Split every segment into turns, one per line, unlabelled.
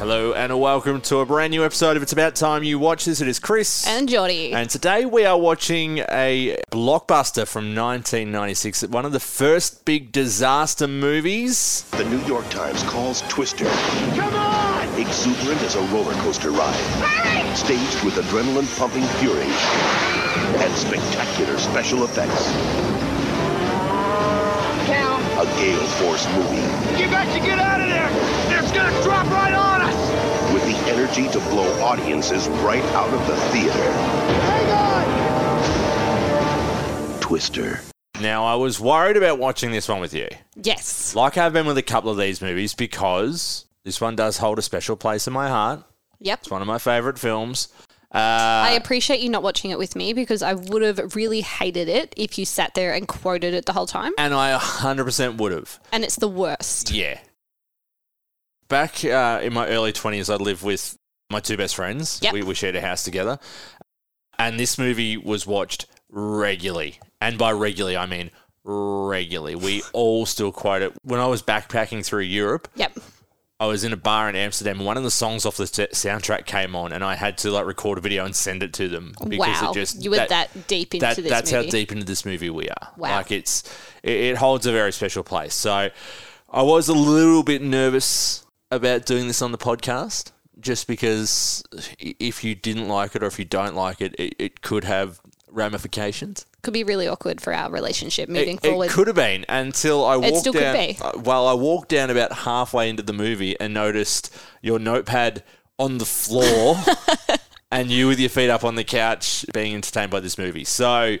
Hello and welcome to a brand new episode of It's About Time You Watch This. It is Chris.
And Jody.
And today we are watching a blockbuster from 1996, one of the first big disaster movies.
The New York Times calls Twister
Come on!
exuberant as a roller coaster ride,
Hurry!
staged with adrenaline pumping fury and spectacular special effects.
Down.
A gale force movie
You got to get out of there! It's gonna drop right on us!
with the energy to blow audiences right out of the theater.
Hang on!
Twister.
Now, I was worried about watching this one with you,
Yes.
like I've been with a couple of these movies, because this one does hold a special place in my heart.
Yep.
It's one of my favourite films.
I appreciate you not watching it with me because I would have really hated it if you sat there and quoted it the whole time.
And I 100% would have.
And it's the worst.
Yeah. Back uh, in my early 20s, I lived with my two best friends.
Yep.
We, we shared a house together. And this movie was watched regularly. And by regularly, I mean regularly. We all still quote it. When I was backpacking through Europe,
Yep.
I was in a bar in Amsterdam, and one of the songs off the t- soundtrack came on, and I had to like record a video and send it to them
wow. you were that, deep into
that,
this
that's
movie.
how deep into this movie we are.
Wow.
Like it's it, it holds a very special place. So I was a little bit nervous about doing this on the podcast just because i- if you didn't like it or if you don't like it, it, it could have ramifications.
Could be really awkward for our relationship moving
It,
forward.
it could have been until I walked
still could
down.
be.
uh, Well, I walked down about halfway into the movie and noticed your notepad on the floor. and you with your feet up on the couch being entertained by this movie. So I-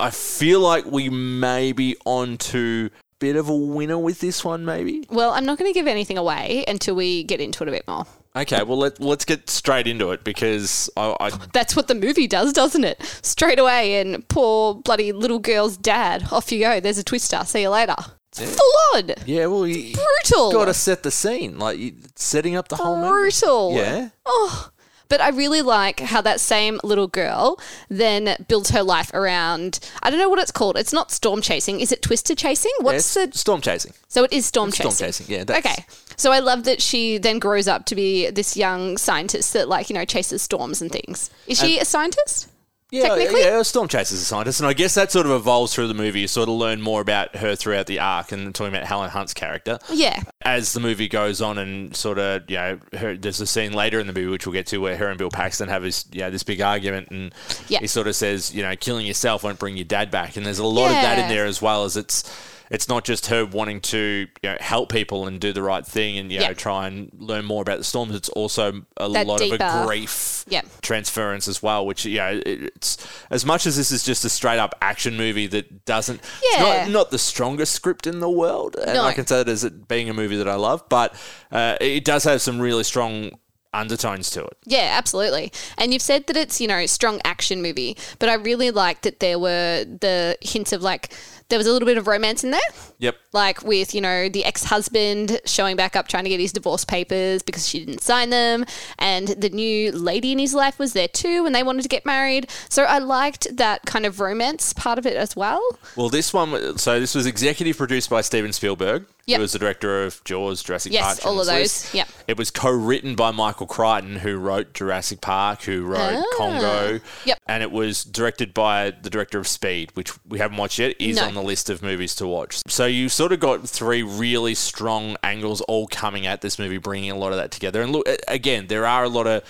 I feel like we may be on to a bit of a winner with this one, maybe.
well, I'm not going to give anything away until we get into it a bit more.
Okay, well let let's get straight into it because I, I
That's what the movie does, doesn't it? Straight away, and poor bloody little girl's dad. Off you go. There's a twister. See you later. It's full on.
yeah well you
Brutal.
got to set the scene like you, setting up the whole movie.
brutal.
Yeah.
Oh. But I really like how that same little girl then builds her life around. I don't know what it's called. It's not storm chasing. Is it twister chasing? What's
Yeah,
the.
storm chasing?
So it is storm chasing.
storm chasing, yeah, that's-
okay. So I love that she then grows up to be this young scientist that, like, you know, chases storms and things. Is she a scientist?
Yeah,
Technically?
yeah, Storm Chaser's a scientist, and I guess that sort of evolves through the movie. You sort of learn more about her throughout the arc, and talking about Helen Hunt's character
Yeah.
as the movie goes on, and sort of you know, her, there's a scene later in the movie which we'll get to where her and Bill Paxton have his you know, this big argument, and
Yeah.
he sort of says, you know, killing yourself won't bring your dad back, and there's a lot of that in
Yeah.
there as well as it's. It's not just her wanting to you know, help people and do the right thing and you know
Yeah.
try and learn more about the storms. It's also a
That
lot of
deeper-
a grief
Yep.
transference as well, which you know, it- it's as much as this is just a straight up action movie that doesn't, it's
Yeah.
not, not the strongest script in the world, and
No.
I can say that as it being a movie that I love, but uh, it does have some really strong undertones to it.
Yeah, absolutely. And you've said that it's, you know, strong action movie, but I really liked that there were the hints of like there was a little bit of romance in there.
Yep.
Like with, you know, the ex husband showing back up trying to get his divorce papers because she didn't sign them. And the new lady in his life was there too and they wanted to get married. So I liked that kind of romance part of it as well.
Well, this one, so this was executive produced by Steven Spielberg.
Yep.
Who was the director of Jaws, Jurassic
Yes,
Park.
all
Schindler's
of those.
List.
Yep.
It was co-written by Michael Crichton, who wrote Jurassic Park, who wrote Congo.
Ah. Yep.
And it was directed by the director of Speed, which we haven't watched yet, is
No.
on the list of movies to watch. So you sort of got three really strong angles all coming at this movie, bringing a lot of that together. And look, a- again, there are a lot of.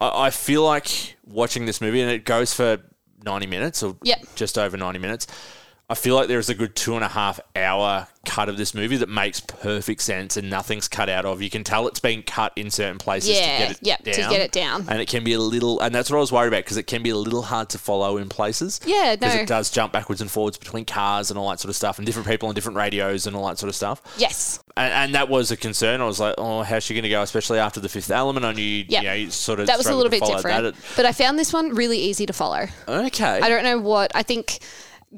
I I feel like watching this movie, and it goes for 90 minutes or
Yep.
just over 90 minutes. I feel like there is a good two and a half hour cut of this movie that makes perfect sense and nothing's cut out of. You can tell it's been cut in certain places
Yeah,
to get it
yep, to
down.
get it down.
And it can be a little, and that's what I was worried about because it can be a little hard to follow in places.
Yeah,
Because
no.
it does jump backwards and forwards between cars and all that sort of stuff and different people and different radios and all that sort of stuff.
Yes.
And, and that was a concern. I was like, oh, how's she going to go, especially after the fifth element? I knew, you-
Yep.
you know, you sort of
That was a
struggled
little
to
bit
follow
different. But I found this one really easy to follow.
That. Okay.
I don't know what I think.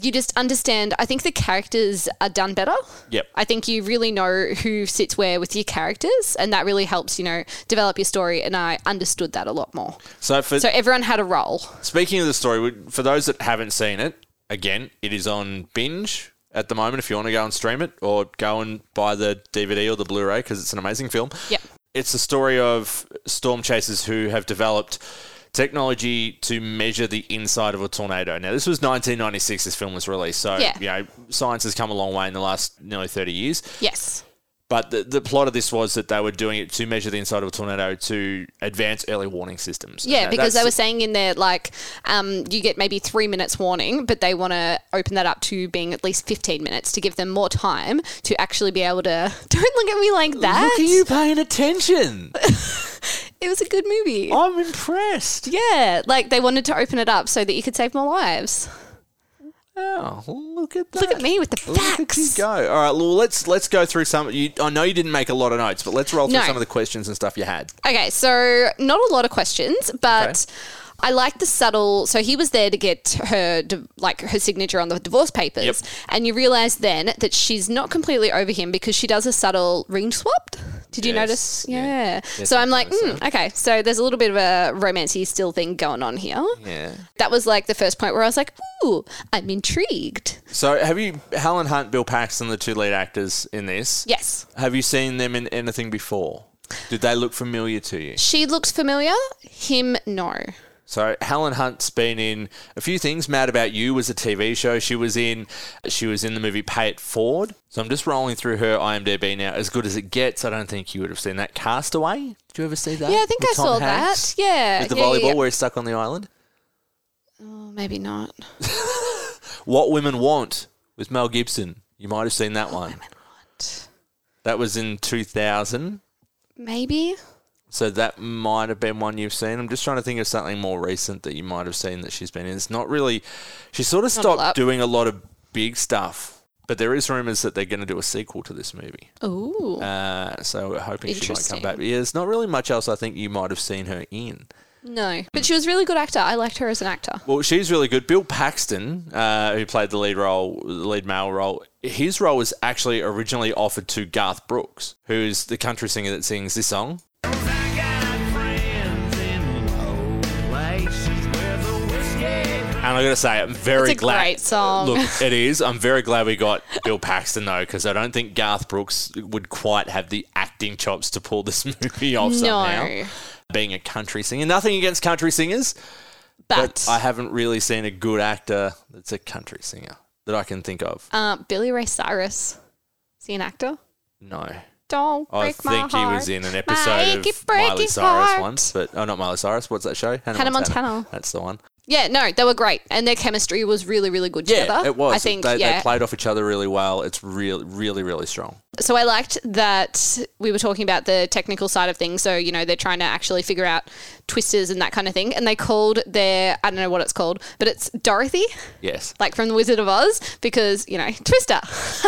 You just understand. I think the characters are done better.
Yep.
I think you really know who sits where with your characters, and that really helps. You know, develop your story, and I understood that a lot more.
so for
So everyone had a role.
Speaking of the story, we- for those that haven't seen it, again, it is on binge at the moment. If you want to go and stream it, or go and buy the DVD or the Blu-ray because it's an amazing film.
Yep.
It- It's the story of storm chasers who have developed technology to measure the inside of a tornado. Now, this was 1996. This film was released, so
Yeah.
you know science has come a long way in the last nearly 30 years.
Yes.
But the, the plot of this was that they were doing it to measure the inside of a tornado to advance early warning systems.
Yeah,
Now,
because they
that's-
were saying in there, like, um, you get maybe three minutes warning, but they want to open that up to being at least 15 minutes to give them more time to actually be able to. Don't look at me like that.
Look at you paying attention.
It was a good movie.
I'm impressed.
Yeah, like they wanted to open it up so that you could save more lives.
Oh, look at that.
Look at me with the
Look at you
facts.
go. All right, well, let's let's go through some. You, I know you didn't make a lot of notes, but let's roll through
No.
some of the questions and stuff you had.
Okay, so not a lot of questions, but I like the subtle. So he was there to get her, di- like her signature on the divorce papers,
Yep.
and you realize then that she's not completely over him because she does a subtle ring swap. Did you
Yes,
notice?
yeah.
Yeah.
Yes,
so
I
I'm like,
noticed
mm, okay, so there's a little bit of a romancy still thing going on here.
Yeah.
That was like the first point where I was like, ooh, I'm intrigued.
So, have you Helen Hunt, Bill Paxton, the two lead actors in this?
Yes.
Have you seen them in anything before? Did they look familiar to you?
She looks familiar. Him,
Uh,
no.
So Helen Hunt's been in a few things. Mad About You was a TV show she was in. She was in the movie Pay It Forward. So I'm just rolling through her IMDb now. As good as it gets, I don't think you would have seen that. Castaway. Did you ever see that?
Yeah, I think
With
I
Tom
saw
Hanks?
that. Yeah.
With the
yeah, yeah,
volleyball
yeah.
where he's stuck on the island.
Oh, maybe not.
What Women Want with Mel Gibson. You might have seen that one. That was in 2000.
Maybe.
So that might have been one you've seen. I'm just trying to think of something more recent that you might have seen that she's been in. It's not really. She sort of
Not a
stopped
lot.
doing a lot of big stuff, but there is rumors that they're going to do a sequel to this movie.
Ooh.
Uh, so we're hoping she might come
Interesting.
back. But yeah, there's not really much else I think you might have seen her in. Hmm.
no. But she was a really good actor. I liked her as an actor.
Well, she's really good. Bill Paxton, uh, who played the lead role, the lead male role, his role was actually originally offered to Garth Brooks, who's the country singer that sings this song. And I gotta say, I'm very
It's a
glad.
great song.
Look, it is. I'm very glad we got Bill Paxton though, because I don't think Garth Brooks would quite have the acting chops to pull this movie off somehow.
No.
Being a country singer, nothing against country singers,
But,
but I haven't really seen a good actor that's a country singer that I can think of.
uh, Billy Ray Cyrus. Is he an actor?
no.
Don't
I
break my
think he
heart.
was in an episode
Make it
of
break
Miley
it
Cyrus
hard.
once, but oh, not Miley Cyrus. What's that show?
Hannah Montana.
That's the one.
Yeah, no, they were great. And their chemistry was really, really good
Yeah,
together.
it was.
I think,
they,
yeah.
they played off each other really well. It's really, really, really strong.
so I liked that we were talking about the technical side of things. So, you know, they're trying to actually figure out twisters and that kind of thing. And they called their, I don't know what it's called, but it's Dorothy,
Yes.
like from The Wizard of Oz, because, you know, Twister.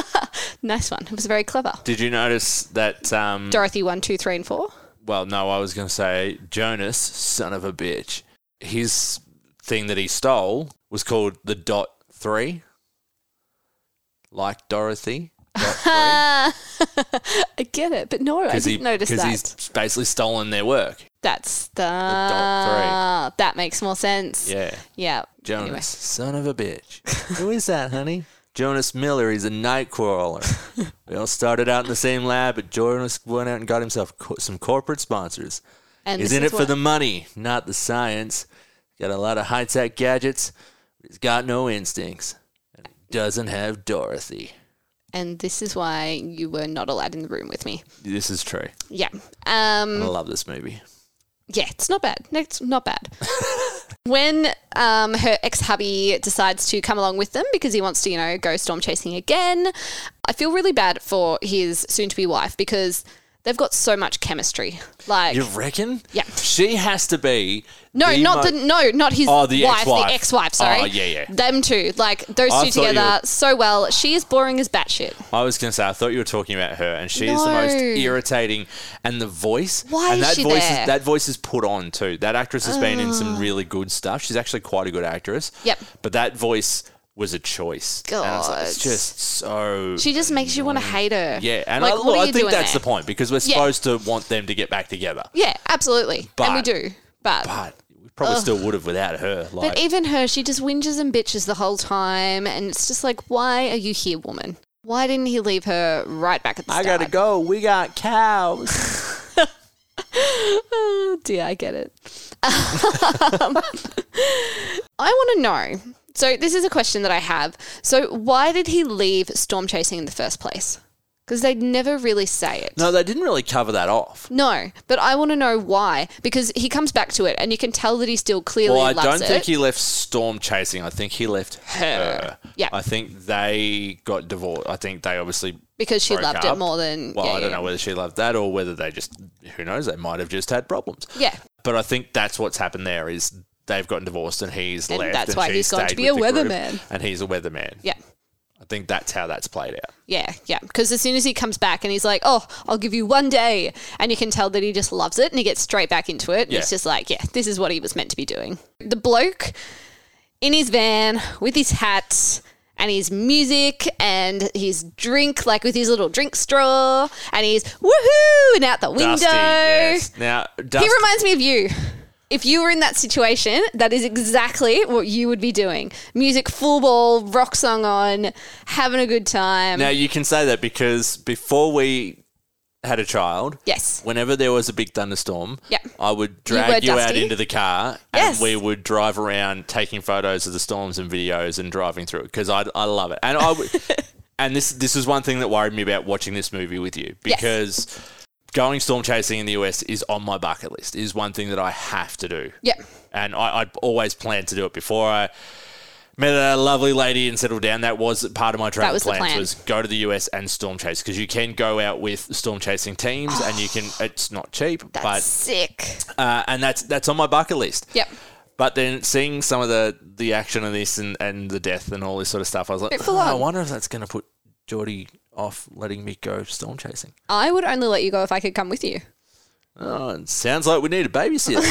nice one. It was very clever.
Did you notice that? Um,
Dorothy one, two, three, and four.
well, no, I was going to say Jonas, son of a bitch. His thing that he stole was called the Dot Three, like Dorothy. Dot Three.
I get it, but no, I didn't notice
Because
that.
he's basically stolen their work.
That's the,
dot
that makes more sense.
Yeah.
yeah.
Jonas,
Ah. Anyway.
son of a bitch. Who is that, honey? Jonas Miller. He's a night crawler. we all started out in the same lab, but Jonas went out and got himself co- some corporate sponsors.
And
he's
this
in it
is
for
what-
the money, not the science. Got a lot of high tech gadgets, but he's got no instincts. And he doesn't have Dorothy.
And this is why you were not allowed in the room with me.
This is true.
Yeah. Um.
I love this movie.
yeah, it's not bad. It's not bad. when um, her ex hubby decides to come along with them because he wants to, you know, go storm chasing again, I feel really bad for his soon to be wife because they've got so much chemistry. Like,
You reckon?
Yeah.
She has to be.
no, not
mo-
the no, not his
Oh, the
wife,
ex-wife.
the ex-wife. Sorry,
Oh, yeah, yeah.
them two, like those
I
two
thought you
together,
were-
so well. She is boring as batshit.
I was going to say, I thought you were talking about her, and she is the most
No.
irritating. And the voice,
Why
and
is
that
she
voice
there? Ah.
Is, that voice is put on too. That actress has been in some really good stuff. She's actually quite a good actress.
Yep.
But that voice was a choice. And I was like, it's
God.
just so.
She just makes you want to hate her.
Mm. yeah, and
Like,
I,
what
look,
are
I
you
think
doing
that's
there?
the point because we're
Yeah.
supposed to want them to get back together,
Yeah, absolutely, and we
But-
do, but
but we probably still would have without her. Like,
But even her, she just whinges and bitches the whole time, and it's just like, why are you here, woman? Why didn't he leave her right back at the
I
start?
gotta go. We got cows.
Oh dear, I get it. Um, I want to know. So this is a question that I have. So why did he leave storm chasing in the first place? Because they'd never really say it.
No, they didn't really cover that off.
No, but I want to know why because he comes back to it, and you can tell that he still clearly
Well, I
loves
don't
it.
think he left Storm chasing. I think he left her.
Yeah.
I think they got divorced. I think they obviously
because she
broke
loved
up.
it more than.
Well,
yeah,
I don't
yeah.
know whether she loved that or whether they just who knows, they might have just had problems.
Yeah.
But I think that's what's happened there is they've gotten divorced and he's
And
left.
that's
and
why
she
he's gone to
stayed
be a
with the group,
weatherman.
And he's a weatherman.
Yeah.
I think that's how that's played out.
Yeah, yeah. Because as soon as he comes back and he's like, "Oh, I'll give you one day," and you can tell that he just loves it and he gets straight back into it. And
Yeah.
It's just like, yeah, this is what he was meant to be doing. The bloke in his van with his hat and his music and his drink, like with his little drink straw, and he's woohoo and out the window.
Dusty. Yes. Now Dusty,
He reminds me of you. If you were in that situation, that is exactly what you would be doing. Music full ball, rock song on, having a good time.
Now you can say that because before we had a child,
Yes.
whenever there was a big thunderstorm,
Yeah.
I would
were
drag you, out
Dusty?
into the car
Yes.
and we would drive around taking photos of the storms and videos and driving through it because I, I love it. And I would, and this this was one thing that worried me about watching this movie with you
Yes.
because going storm chasing in the US is on my bucket list. It Is one thing that I have to do.
Yeah.
And I, I'd always planned to do it before I met a lovely lady and settled down. That was part of my travel
was the
plans
plan.
was go to the US and storm chase because you can go out with storm chasing teams and you can. It's not cheap,
Ah. That's sick.
but uh, and that's that's on my bucket list.
Yep.
But then seeing some of the the action of this and, and the death and all this sort of stuff, I was like,
Bit full
"Oh, I
on."
wonder if that's going to put Geordie off letting me go storm chasing.
I would only let you go if I could come with you.
Oh, it sounds like we need a babysitter.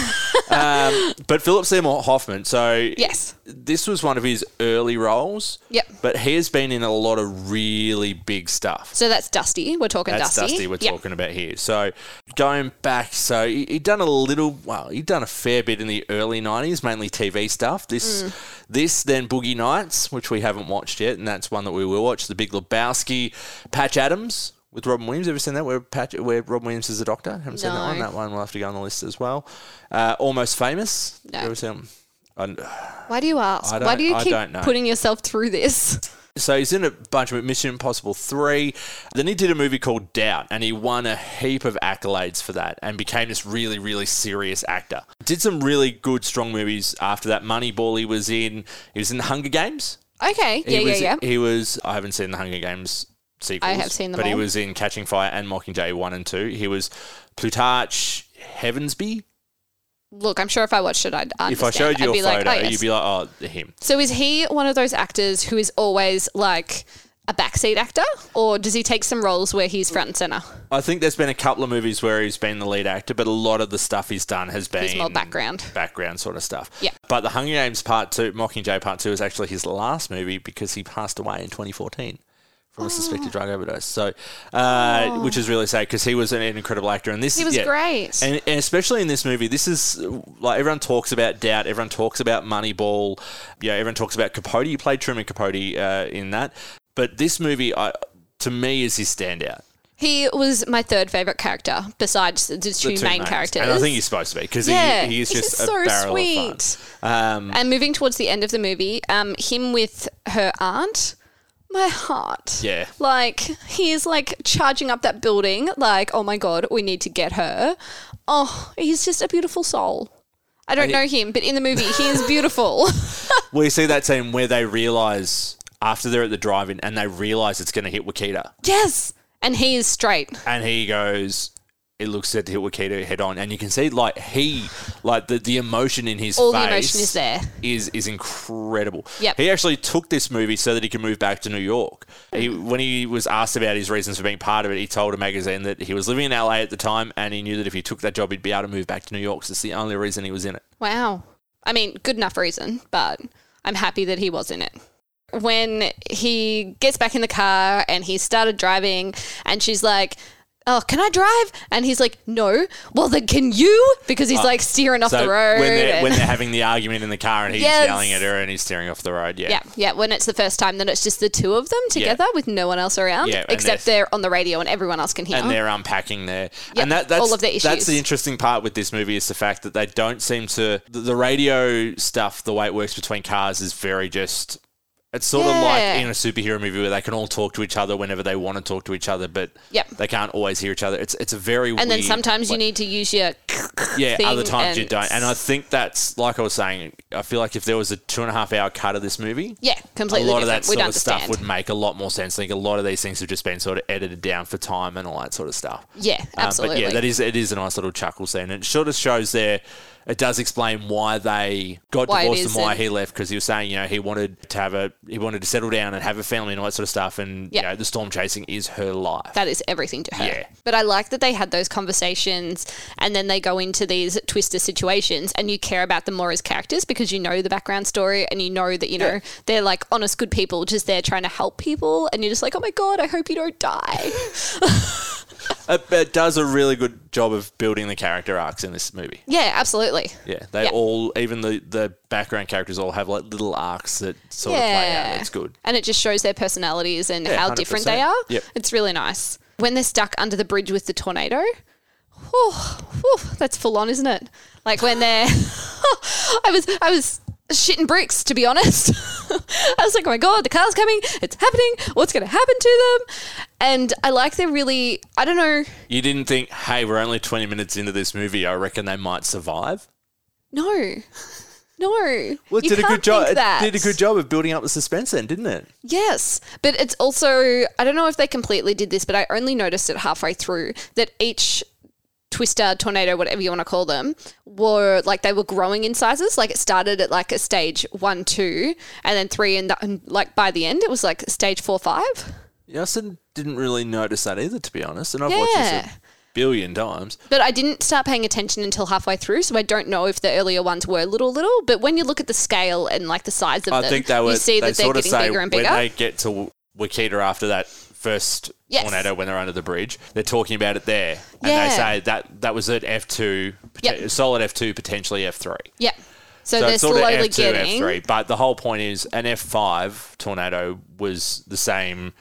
um, but Philip Seymour Hoffman, so
Yes.
this was one of his early roles.
Yep.
But he has been in a lot of really big stuff.
So that's Dusty. We're talking
That's Dusty,
Dusty.
we're
Yep.
talking about here. So going back, so he, he done a little, well, he done a fair bit in the early '90s, mainly TV stuff. This,
Mm.
this, then Boogie Nights, which we haven't watched yet, and that's one that we will watch. The Big Lebowski, Patch Adams with Robin Williams. Ever seen that? Where Patch, where Robin Williams is a doctor? Haven't seen that
No.
one. That one will have to go on the list as well. Uh, Almost Famous.
No.
Ever seen? I-
Why do you ask?
I
Why
don't-
do you
I
keep
don't know.
putting yourself through this?
So he's in a bunch of Mission Impossible 3. Then he did a movie called Doubt, and he won a heap of accolades for that and became this really, really serious actor. Did some really good, strong movies after that. Moneyball, he was in. He was in The Hunger Games.
Okay.
He
yeah,
was,
yeah, yeah.
He was. I haven't seen The Hunger Games sequels.
I have seen them
But he
all.
was in Catching Fire and Mockingjay 1 and 2. He was Plutarch Heavensby.
Look, I'm sure if I watched it, I'd understand.
If I showed you
I'd
a
be
photo,
like, oh, yes.
you'd be like, oh, him.
So is he one of those actors who is always like a backseat actor, or does he take some roles where he's front and center?
I think there's been a couple of movies where he's been the lead actor, but a lot of the stuff he's done has been
more background.
background sort of stuff.
Yeah.
But The Hunger Games Part Two, Mockingjay Part Two, is actually his last movie because he passed away in 2014
Ah.
from a suspected drug overdose. So, uh, which is really sad because he was an, an incredible actor, and this
He was
yeah.
great.
And, and especially in this movie, this is uh, like everyone talks about doubt. Everyone talks about Moneyball. Yeah, everyone talks about Capote. He played Truman Capote uh, in that, but this movie, I, to me, is his standout.
He was my third favorite character besides the two,
the two
main
names.
characters.
And I think he's supposed to be because
Yeah,
he, he is
he's
just a
just so
barrel
sweet.
of fun. Um,
And moving towards the end of the movie, um, him with her aunt, my heart.
Yeah.
Like, he is like charging up that building, like, oh my God, we need to get her. Oh, he's just a beautiful soul. I don't know him, but in the movie, he is beautiful.
we see that scene where they realize after they're at the drive-in and they realize it's going to hit Wakita,
yes. And he is straight.
and he goes. It looks set to hit Wakita head on, and you can see like he, like the, the emotion in his
All the
face
emotion is there.
is is incredible.
Yep.
He actually took this movie so that he could move back to New York. He,
Hmm.
when he was asked about his reasons for being part of it, he told a magazine that he was living in LA at the time, and he knew that if he took that job, he'd be able to move back to New York. So it's the only reason he was in it.
Wow. I mean, good enough reason, but I'm happy that he was in it. When he gets back in the car and he started driving, and she's like, oh, can I drive? And he's like, no. Well, then can you? Because he's like steering off
Uh, So
the road.
when they're, when
and-
they're having the argument in the car and he's
Yes.
yelling at her and he's steering off the road, yeah.
yeah, yeah. When it's the first time, then it's just the two of them together with no one else around,
Yeah, and
except
they're-
they're, on the radio and everyone else can hear.
And they're unpacking there,
Oh. Yep,
and that, that's
all of their
that's
issues.
the interesting part with this movie is the fact that they don't seem to the, the radio stuff. The way it works between cars is very just. It's sort of
Yeah.
like in a superhero movie where they can all talk to each other whenever they want to talk to each other, but
Yep.
they can't always hear each other. It's it's a very
and then
weird
sometimes you
pla-
need to use your
yeah,
thing
other times you
and-
don't. And I think that's like I was saying. I feel like if there was a two and a half hour cut of this movie,
yeah completely
a lot of
different.
that
We'd
sort of
understand.
stuff would make a lot more sense. I think a lot of these things have just been sort of edited down for time and all that sort of stuff.
Yeah,
Uh, Um, but
absolutely.
yeah, that is it is a nice little chuckle scene. And it sort of shows there. It does explain why they got
Why it
divorced
is
and why
and-
he left because he was saying you know he wanted to have a he wanted to settle down and have a family and all that sort of stuff. And
Yeah.
you know the storm chasing is her life.
that is everything to her.
Yeah.
But I like that they had those conversations and then they go into these twister situations and you care about them more as characters because you know the background story and you know that, you know, they're like honest, good people, just there trying to help people. And you're just like, oh my God, I hope you don't die.
it, it does a really good job of building the character arcs in this movie.
yeah, absolutely.
Yeah, they
Yeah.
all, even the, the background characters all have like little arcs that sort of play out. That's good.
And it just shows their personalities and
Yeah,
how different they
100%.
are.
Yep.
It's really nice. When they're stuck under the bridge with the tornado, whew, whew, that's full on, isn't it? Like when they're I was I was shitting bricks to be honest. I was like, "Oh my god, the car's coming. It's happening. What's going to happen to them?" And I like they're really I don't know.
You didn't think, hey, we're only 20 minutes into this movie. I reckon they might survive.
No. No.
Well, it
You
did a
can't
good job.
think that.
It did a good job of building up the suspense then, didn't it?
Yes, but it's also I don't know if they completely did this, but I only noticed it halfway through that each twister, tornado, whatever you want to call them, were like they were growing in sizes. Like it started at like a stage one, two, and then three, and, the, and like by the end it was like stage four, five.
Yeah, I said- didn't really notice that either, to be honest. And I've watched this
Yeah.
a billion times.
But I didn't start paying attention until halfway through, so I don't know if the earlier ones were little, little. But when you look at the scale and like the size of
I
them,
think they were.
you see
they
that they're
sort of
getting
say
bigger and
when
bigger.
they get to Wakita after that first
Yes.
tornado when they're under the bridge. They're talking about it there, and they
Yeah.
say that that was at F two,
Yep.
solid F two, potentially F three.
yeah. So, they're
it's sort of
slowly
F2,
getting.
F3, but the whole point is an F5 tornado was the same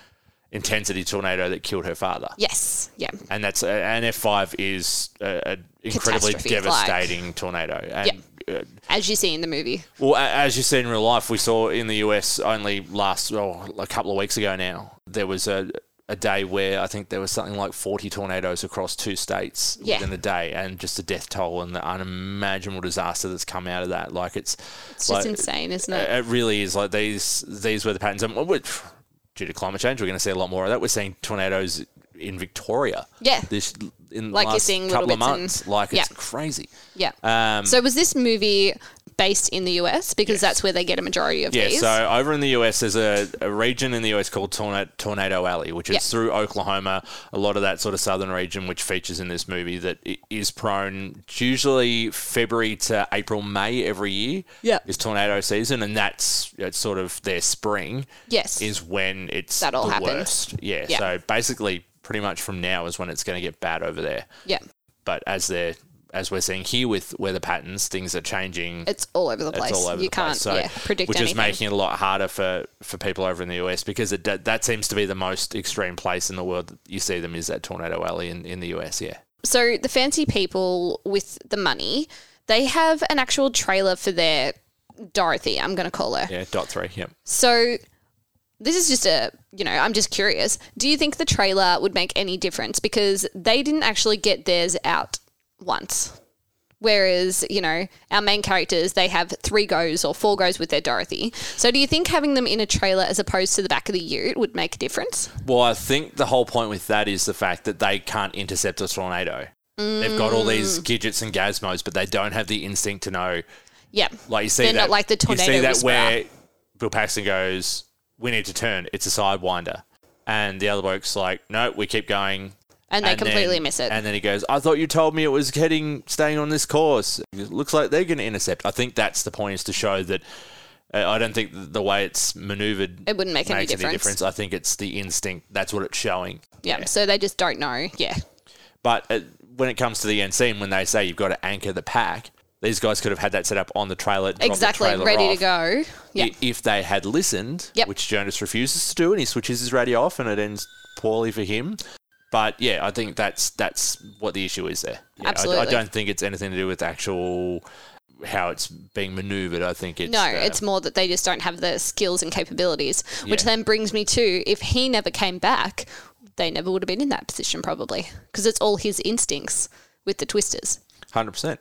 intensity tornado that killed her father.
Yes. Yeah.
And that's an F5 is an incredibly
Catastrophe, like-
devastating tornado. And uh,
As you see in the movie.
well, a- as you see in real life, we saw in the US only last oh, a couple of weeks ago now. There was a a day where I think there was something like forty tornadoes across two states
Yeah.
within a day, and just the death toll and the unimaginable disaster that's come out of that. Like uh, it's
It's just insane, isn't it?
it really is like these these were the patterns, and we due to climate change, we're going to see a lot more of that. We're seeing tornadoes in Victoria.
Yeah.
this in the
Like you're
last
seeing little
couple of
bits in-
months, like it's
Yeah.
crazy.
Yeah.
Um,
so was this movie based in the US because that's where they get a majority of
Yeah,
these?
so over in the US, there's a, a region in the US called Tornado, Tornado Alley, which is
Yeah.
through Oklahoma, a lot of that sort of southern region, which features in this movie that i- is prone it's usually February to April, May every year.
Yeah.
Is tornado season, and that's it's sort of their spring.
Yes.
Is when it's
That all
the
happened.
worst. Yeah,
Yeah.
So basically, pretty much from now is when it's going to get bad over there.
yeah,
But as they're as we're seeing here with weather patterns, things are changing
it's all over the place.
it's all over
you
the
can't
place. So,
yeah, predict
which
anything.
is making it a lot harder for, for people over in the US because it, do- that seems to be the most extreme place in the world that you see them is that Tornado Alley in, in the US. Yeah.
so the fancy people with the money, they have an actual trailer for their Dorothy, I'm going to call her.
Yeah. Dot three. Yep.
So this is just a, you know, I'm just curious. Do you think the trailer would make any difference because they didn't actually get theirs out once? Whereas, you know, our main characters, they have three goes or four goes with their Dorothy. So do you think having them in a trailer as opposed to the back of the ute would make a difference?
Well, I think the whole point with that is the fact that they can't intercept a tornado. They've got all these
Mm.
gadgets and gazmos, but they don't have the instinct to know.
Yeah.
Like you see
They're
that,
not like the
You see
tornado
that
whisperer.
where Bill Paxton goes, "We need to turn. It's a sidewinder," and the other bloke's like, "No, we keep going.
and they
And
completely
then-
miss it.
And then he goes, I thought you told me it was heading, staying on this course. It looks like they're going to intercept. I think that's the point is to show that uh, I don't think th- the way it's maneuvered
It wouldn't make any
makes
difference.
I think it's the instinct. That's what it's showing.
yeah. So they just don't know. Yeah.
But uh when it comes to the end scene, when they say you've got to anchor the pack, these guys could have had that set up on the trailer. dropped the
exactly,
trailer
ready
off.
to go. Yeah.
I- If they had listened,
Yep.
which Jonas refuses to do, and he switches his radio off, and it ends poorly for him. But yeah, I think that's that's what the issue is there. Yeah, I- I,
Absolutely.
don't think it's anything to do with actual how it's being manoeuvred. I think it's
No,
uh,
it's more that they just don't have the skills and capabilities, which
Yeah.
then brings me to if he never came back, they never would have been in that position probably because it's all his instincts with the twisters.
hundred percent.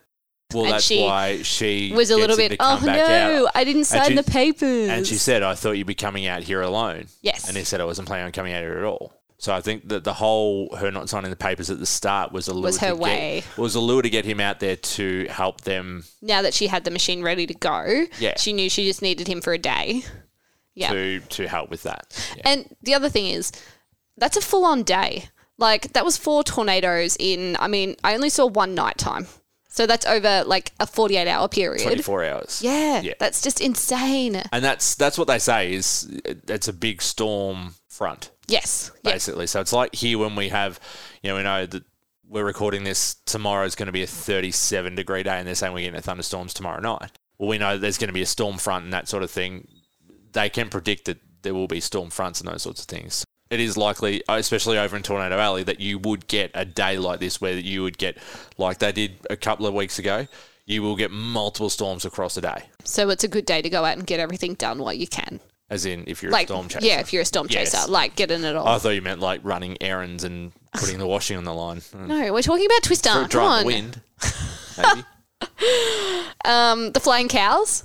Well,
And
that's
she
why she
Was a
gets
little
him
bit,
to
oh
come back
no,
out."
I didn't sign
she-
the papers.
And she said, I thought you'd be coming out here alone.
Yes.
And he said, I wasn't planning on coming out here at all. So I think that the whole her not signing the papers at the start was a lure
Was her
to get-
way.
was a lure to get him out there to help them
now that she had the machine ready to go,
Yeah.
she knew she just needed him for a day. Yeah.
to to help with that. Yeah.
And the other thing is, that's a full on day. Like, that was four tornadoes in, I mean, I only saw one nighttime. So that's over like a 48 hour period.
Twenty four hours.
Yeah,
Yeah. Uh,
that's just insane.
And that's that's what they say is it- it's a big storm front.
Yes. Yeah.
basically. So it's like here when we have, you know, we know that we're recording this tomorrow is going to be a 37 degree day, and they're saying we're getting thunderstorms tomorrow night. Well, we know there's going to be a storm front and that sort of thing. They can predict that there will be storm fronts and those sorts of things. It is likely, especially over in Tornado Alley, that you would get a day like this where you would get, like they did a couple of weeks ago, you will get multiple storms across a day.
So it's a good day to go out and get everything done while you can.
As in, if you're
Like,
a storm chaser.
yeah, if you're a storm
Yes.
chaser, like getting it all.
I thought you meant like running errands and putting the washing on the line.
no, we're talking about Twister.
Dri-
Ah, Come
drive the
on,
wind. Maybe.
Um, the flying cows.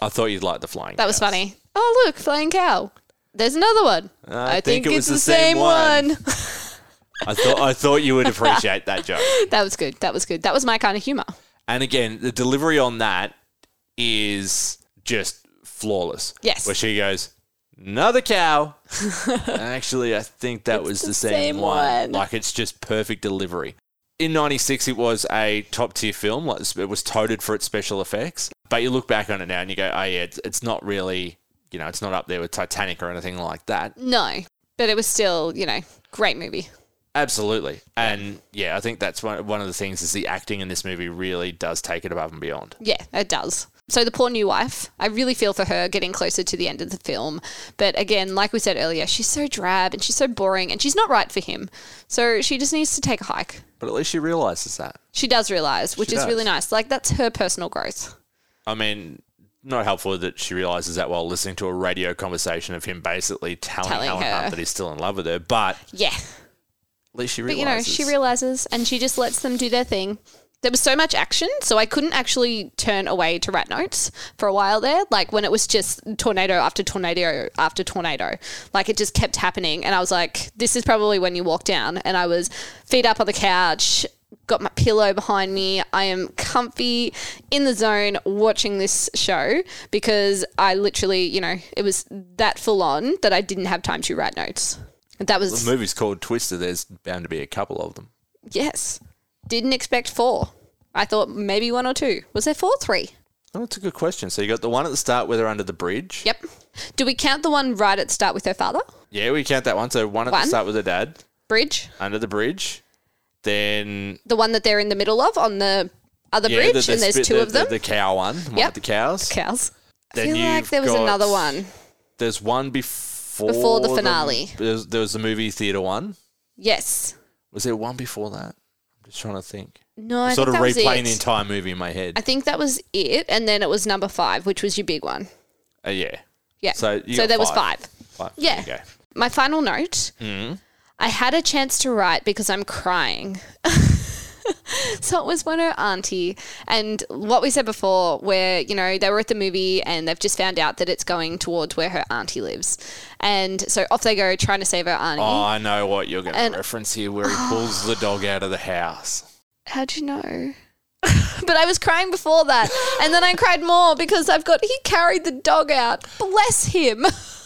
I thought you'd like the flying.
That was funny. Oh look, flying cow. There's another one.
I think it was the same I thought I thought you would appreciate that joke.
that was good. That was good. That was my kind of humor.
And again, the delivery on that is just flawless.
Yes.
Where she goes, another cow. And Actually, I think that was the, same,
same
one.
one.
Like it's just perfect delivery. In '96, it was a top tier film. Like, It was touted for its special effects, but you look back on it now and you go, "Oh yeah, it's, it's not really, you know, it's not up there with Titanic or anything like that."
No, but it was still, you know, great movie.
Absolutely. And yeah, I think that's one, one of the things is the acting in this movie really does take it above and beyond.
Yeah, it does. So the poor new wife, I really feel for her getting closer to the end of the film. But again, like we said earlier, she's so drab and she's so boring and she's not right for him. So she just needs to take a hike.
But at least she realizes that.
She does realize, which
She
is
does.
really nice. Like that's her personal growth.
I mean, not helpful that she realizes that while listening to a radio conversation of him basically telling,
Telling
Helen
her.
Hunt that he's still in love with her, but at
Yeah.
least she
But you know,
realizes.
she realizes and she just lets them do their thing. There was so much action, so I couldn't actually turn away to rat notes for a while there. Like when it was just tornado after tornado after tornado, like it just kept happening. And I was like, this is probably when you walk down. And I was feet up on the couch, got my pillow behind me. I am comfy in the zone watching this show because I literally, you know, it was that full on that I didn't have time to rat notes. That was
the movie's called Twister. There's bound to be a couple of them.
Yes. Didn't expect four. I thought maybe one or two. Was there four, three?
Oh, it's a good question. So you got the one at the start where they're under the bridge.
Yep. Do we count the one right at start with her father?
Yeah, we count that one. So one at
One.
the start with her dad
Bridge?
under the bridge. Then
The one that they're in the middle of on the other
yeah, the-
bridge,
the
and there's
spit-
two
the-
of them.
The, the cow one. the one
Yep.
with the cows.
Cows. I
Then
feel like
you've
there was
got-
another one.
There's one before
Before the finale.
there's, there was the movie theater one.
Yes.
Was there one before that? I'm just trying to think.
No, I
sort of
think that
replaying the
was it.
entire movie in my head.
I think that was it, and then it was number five, which was your big one.
Uh, yeah.
Yeah.
So you got
there was
five.
five.
Five.
Yeah.
There you go.
My final note I had a chance to write because I'm crying. so it was when her auntie, and what we said before, where, you know, they were at the movie and they've just found out that it's going towards where her auntie lives. And so off they go trying to save her auntie.
Oh, I know what you're going
And-
to reference here, where he pulls the dog out of the house.
How'd you know? but I was crying before that. And then I cried more because I've got, he carried the dog out. Bless him.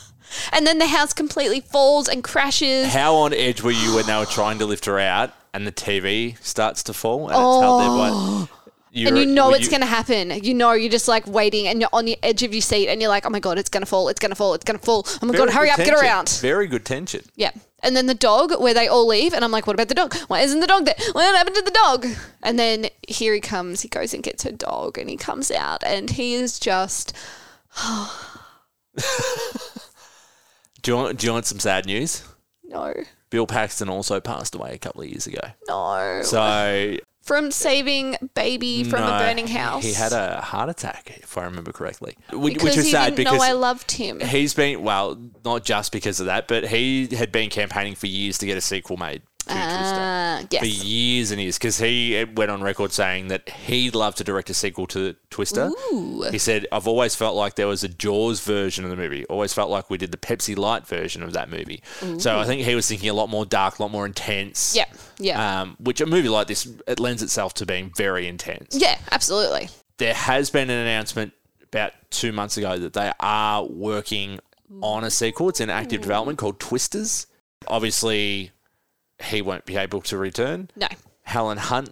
and then the house completely falls and crashes.
How on edge were you when they were trying to lift her out, and the TV starts to fall, and it's held there by
Oh. and you
You're-
know
were
it's
you-
going to happen. You know, you're just like waiting and you're on the edge of your seat and you're like, oh my God, it's going to fall. It's going to fall. It's going to fall. Oh my
Very
God, hurry
good
up, get
tension.
around.
Very good tension.
Yeah. And then the dog, where they all leave. And I'm like, what about the dog? Why isn't the dog there? What happened to the dog? And then here he comes. He goes and gets her dog and he comes out and he is just,
Do you want, do you want some sad news?
no,
Bill Paxton also passed away a couple of years ago.
no.
So
from saving baby from
no,
a burning house.
He had a heart attack, if I remember correctly, which,
because
which is
he
sad
didn't
because
know I loved him.
he's been well, not just because of that, but he had been campaigning for years to get a sequel made to Twister.
Ah,
For
yes.
years and years, because he eh, went on record saying that he'd love to direct a sequel to Twister. He said, I've always felt like there was a Jaws version of the movie. Always felt like we did the Pepsi Light version of that movie. So I think he was thinking a lot more dark, a lot more intense.
Yep. Yeah.
Um, which a movie like this, it lends itself to being very intense
yeah, absolutely.
there has been an announcement about two months ago that they are working on a sequel. It's in active development called Twisters. Obviously, he won't be able to return.
No.
Helen Hunt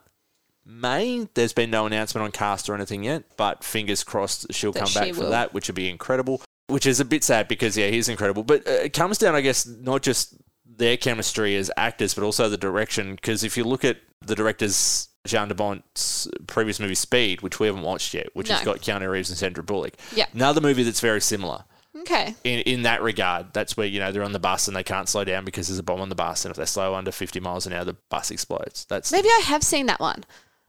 may. There's been no announcement on cast or anything yet, but fingers crossed she'll
That
come
she
back for
will.
that, which would be incredible. Which is a bit sad because yeah, he's incredible. But uh, it comes down, I guess, not just their chemistry as actors, but also the direction. Because if you look at the director's Jean de Bont's previous movie Speed, which we haven't watched yet, which has
No.
got Keanu Reeves and Sandra Bullock,
Yeah.
another movie that's very similar
Okay.
in, in that regard, that's where you know they're on the bus and they can't slow down because there's a bomb on the bus, and if they slow under 50 miles an hour, the bus explodes. That's
Maybe I have seen that one.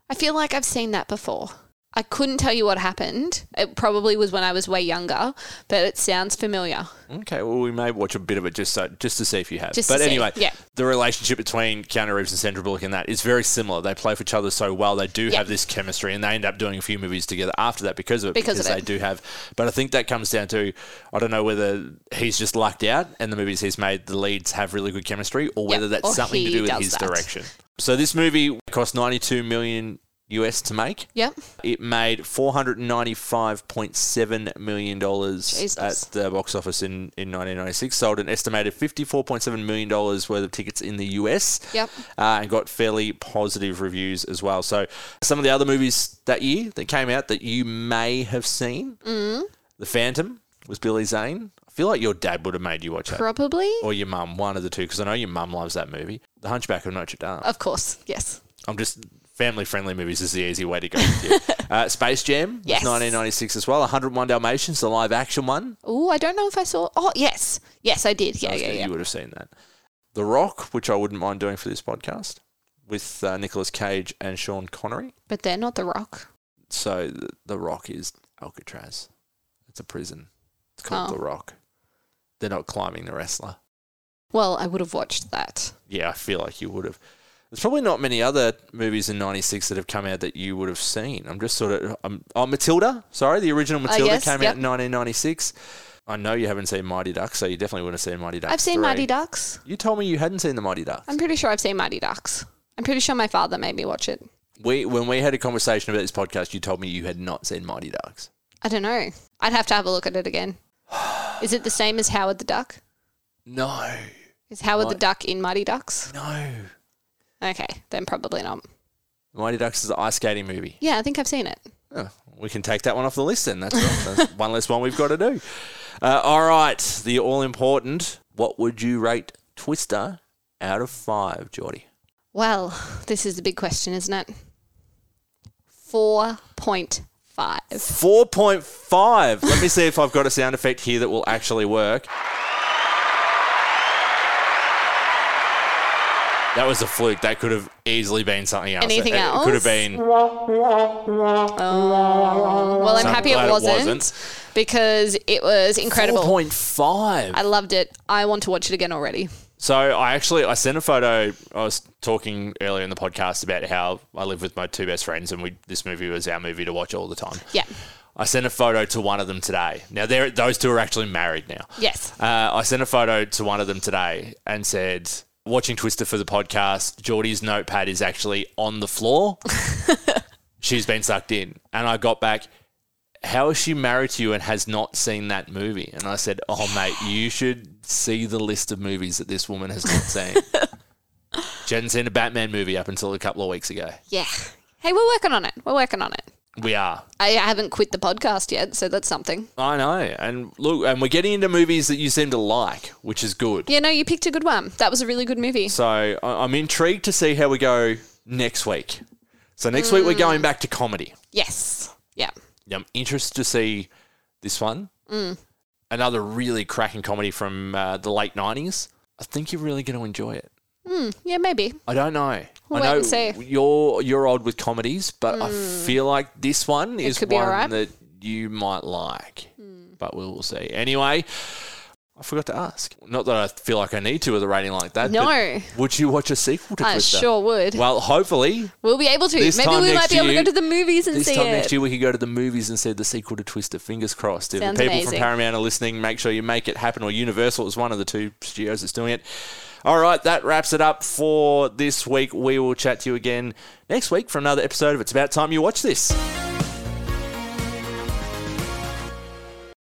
I feel like I've seen that before. I couldn't tell you what happened. It probably was when I was way younger, but it sounds familiar.
okay. Well, we may watch a bit of it just so just to see if you have.
Just to
but
see,
anyway,
yeah.
the relationship between Keanu Reeves and Sandra Bullock in that is very similar. They play for each other so well. They do
Yeah.
have this chemistry, and they end up doing a few movies together after that because of it.
Because of
they
it.
do have. But I think that comes down to I don't know whether he's just lucked out, and the movies he's made, the leads have really good chemistry, or whether that's
or
something to
he
do with
does
his
that.
direction. So this movie cost 92 million US to make.
Yep.
It made $495.7 million
Jesus.
at the box office in, in 1996, sold an estimated $54.7 million worth of tickets in the US,
Yep.
uh, and got fairly positive reviews as well. So, some of the other movies that year that came out that you may have seen
Mm.
The Phantom was Billy Zane. I feel like your dad would have made you watch that.
Probably.
or your mum, one of the two, because I know your mum loves that movie. The Hunchback of Notre Dame.
Of course. Yes.
I'm just family friendly movies is the easy way to go. With you. uh, Space Jam, was
Yes.
1996 as well. 101 Dalmatians, the live action one.
Oh, I don't know if I saw. Oh, yes. Yes, I did.
I
Yeah,
was
yeah,
gonna-
yeah.
You would have seen that. The Rock, which I wouldn't mind doing for this podcast, with uh, Nicolas Cage and Sean Connery.
But they're not The Rock.
So the, the Rock is Alcatraz. It's a prison. It's called
Oh.
The Rock. They're not climbing the wrestler.
Well, I would have watched that.
Yeah, I feel like you would have. There's probably not many other movies in '96 that have come out that you would have seen. I'm just sort of. I'm, oh, Matilda. Sorry, the original Matilda
Oh, yes,
came
yep.
out in 1996. I know you haven't seen Mighty Ducks, so you definitely wouldn't have seen Mighty Ducks.
I've seen
3.
Mighty Ducks.
You told me you hadn't seen the Mighty Ducks.
I'm pretty sure I've seen Mighty Ducks. I'm pretty sure my father made me watch it.
We when we had a conversation about this podcast, you told me you had not seen Mighty Ducks.
I don't know. I'd have to have a look at it again. Is it the same as Howard the Duck?
No,
Is Howard the
Might-
Duck in Mighty Ducks?
no.
Okay, then probably not.
Mighty Ducks is the ice skating movie.
Yeah, I think I've seen it.
Oh, we can take that one off the list then. That's, all. That's one less one we've got to do. Uh, all right, the all important. What would you rate Twister out of five, Geordie?
Well, this is the big question, isn't it? 4.5.
4.5. Let me see if I've got a sound effect here that will actually work. That was a fluke. That could have easily been something else.
Anything
it, It could have
else?
been.
Well,
I'm
I'm happy it
glad it
wasn't,
wasn't.
because it was incredible.
4.5.
I loved it. I want to watch it again already.
So I actually I sent a photo. I was talking earlier in the podcast about how I live with my two best friends, and we this movie was our movie to watch all the time.
Yeah.
I sent a photo to one of them today. Now they're, those two are actually married now.
Yes.
Uh, I sent a photo to one of them today and said, "Watching Twister for the podcast. Geordie's notepad is actually on the floor. She's been sucked in." And I got back. How is she married to you and has not seen that movie? And I said, "Oh, mate, you should see the list of movies that this woman has not seen. she hadn't seen a Batman movie up until a couple of weeks ago.
Yeah. Hey, we're working on it. We're working on it.
We are.
I, I haven't quit the podcast yet, so that's something.
I know. And look, and we're getting into movies that you seem to like, which is good.
Yeah, no, you picked a good one. That was a really good movie.
So I- I'm intrigued to see how we go next week. So next week we're
Mm.
going back to comedy.
Yes. Yeah.
I'm interested to see this one.
Mm.
Another really cracking comedy from uh, the late '90s. I think you're really going to enjoy it.
Yeah, maybe.
I don't know.
We'll
I know
wait and see. Mm.
you're you're old with comedies, but I feel like this one is
could be
one
alright. Mm.
that you might like. But we will see. Anyway, I forgot to ask. Not that I feel like I need to with a rating like that. but
No.
Would you watch a sequel to
I
Twister?
sure would.
Well, hopefully
we'll be able to.
this
Maybe
time
we might
next
be able to
year-
go to the movies and
this
see
time
it.
next year we could go to the movies and see the sequel to Twister. Fingers crossed. If
Sounds
the people from
amazing.
Paramount are listening, make sure you make it happen. Or Universal is one of the two studios that's doing it. All right, that wraps it up for this week. We will chat to you again next week for another episode of It's About Time You Watch This.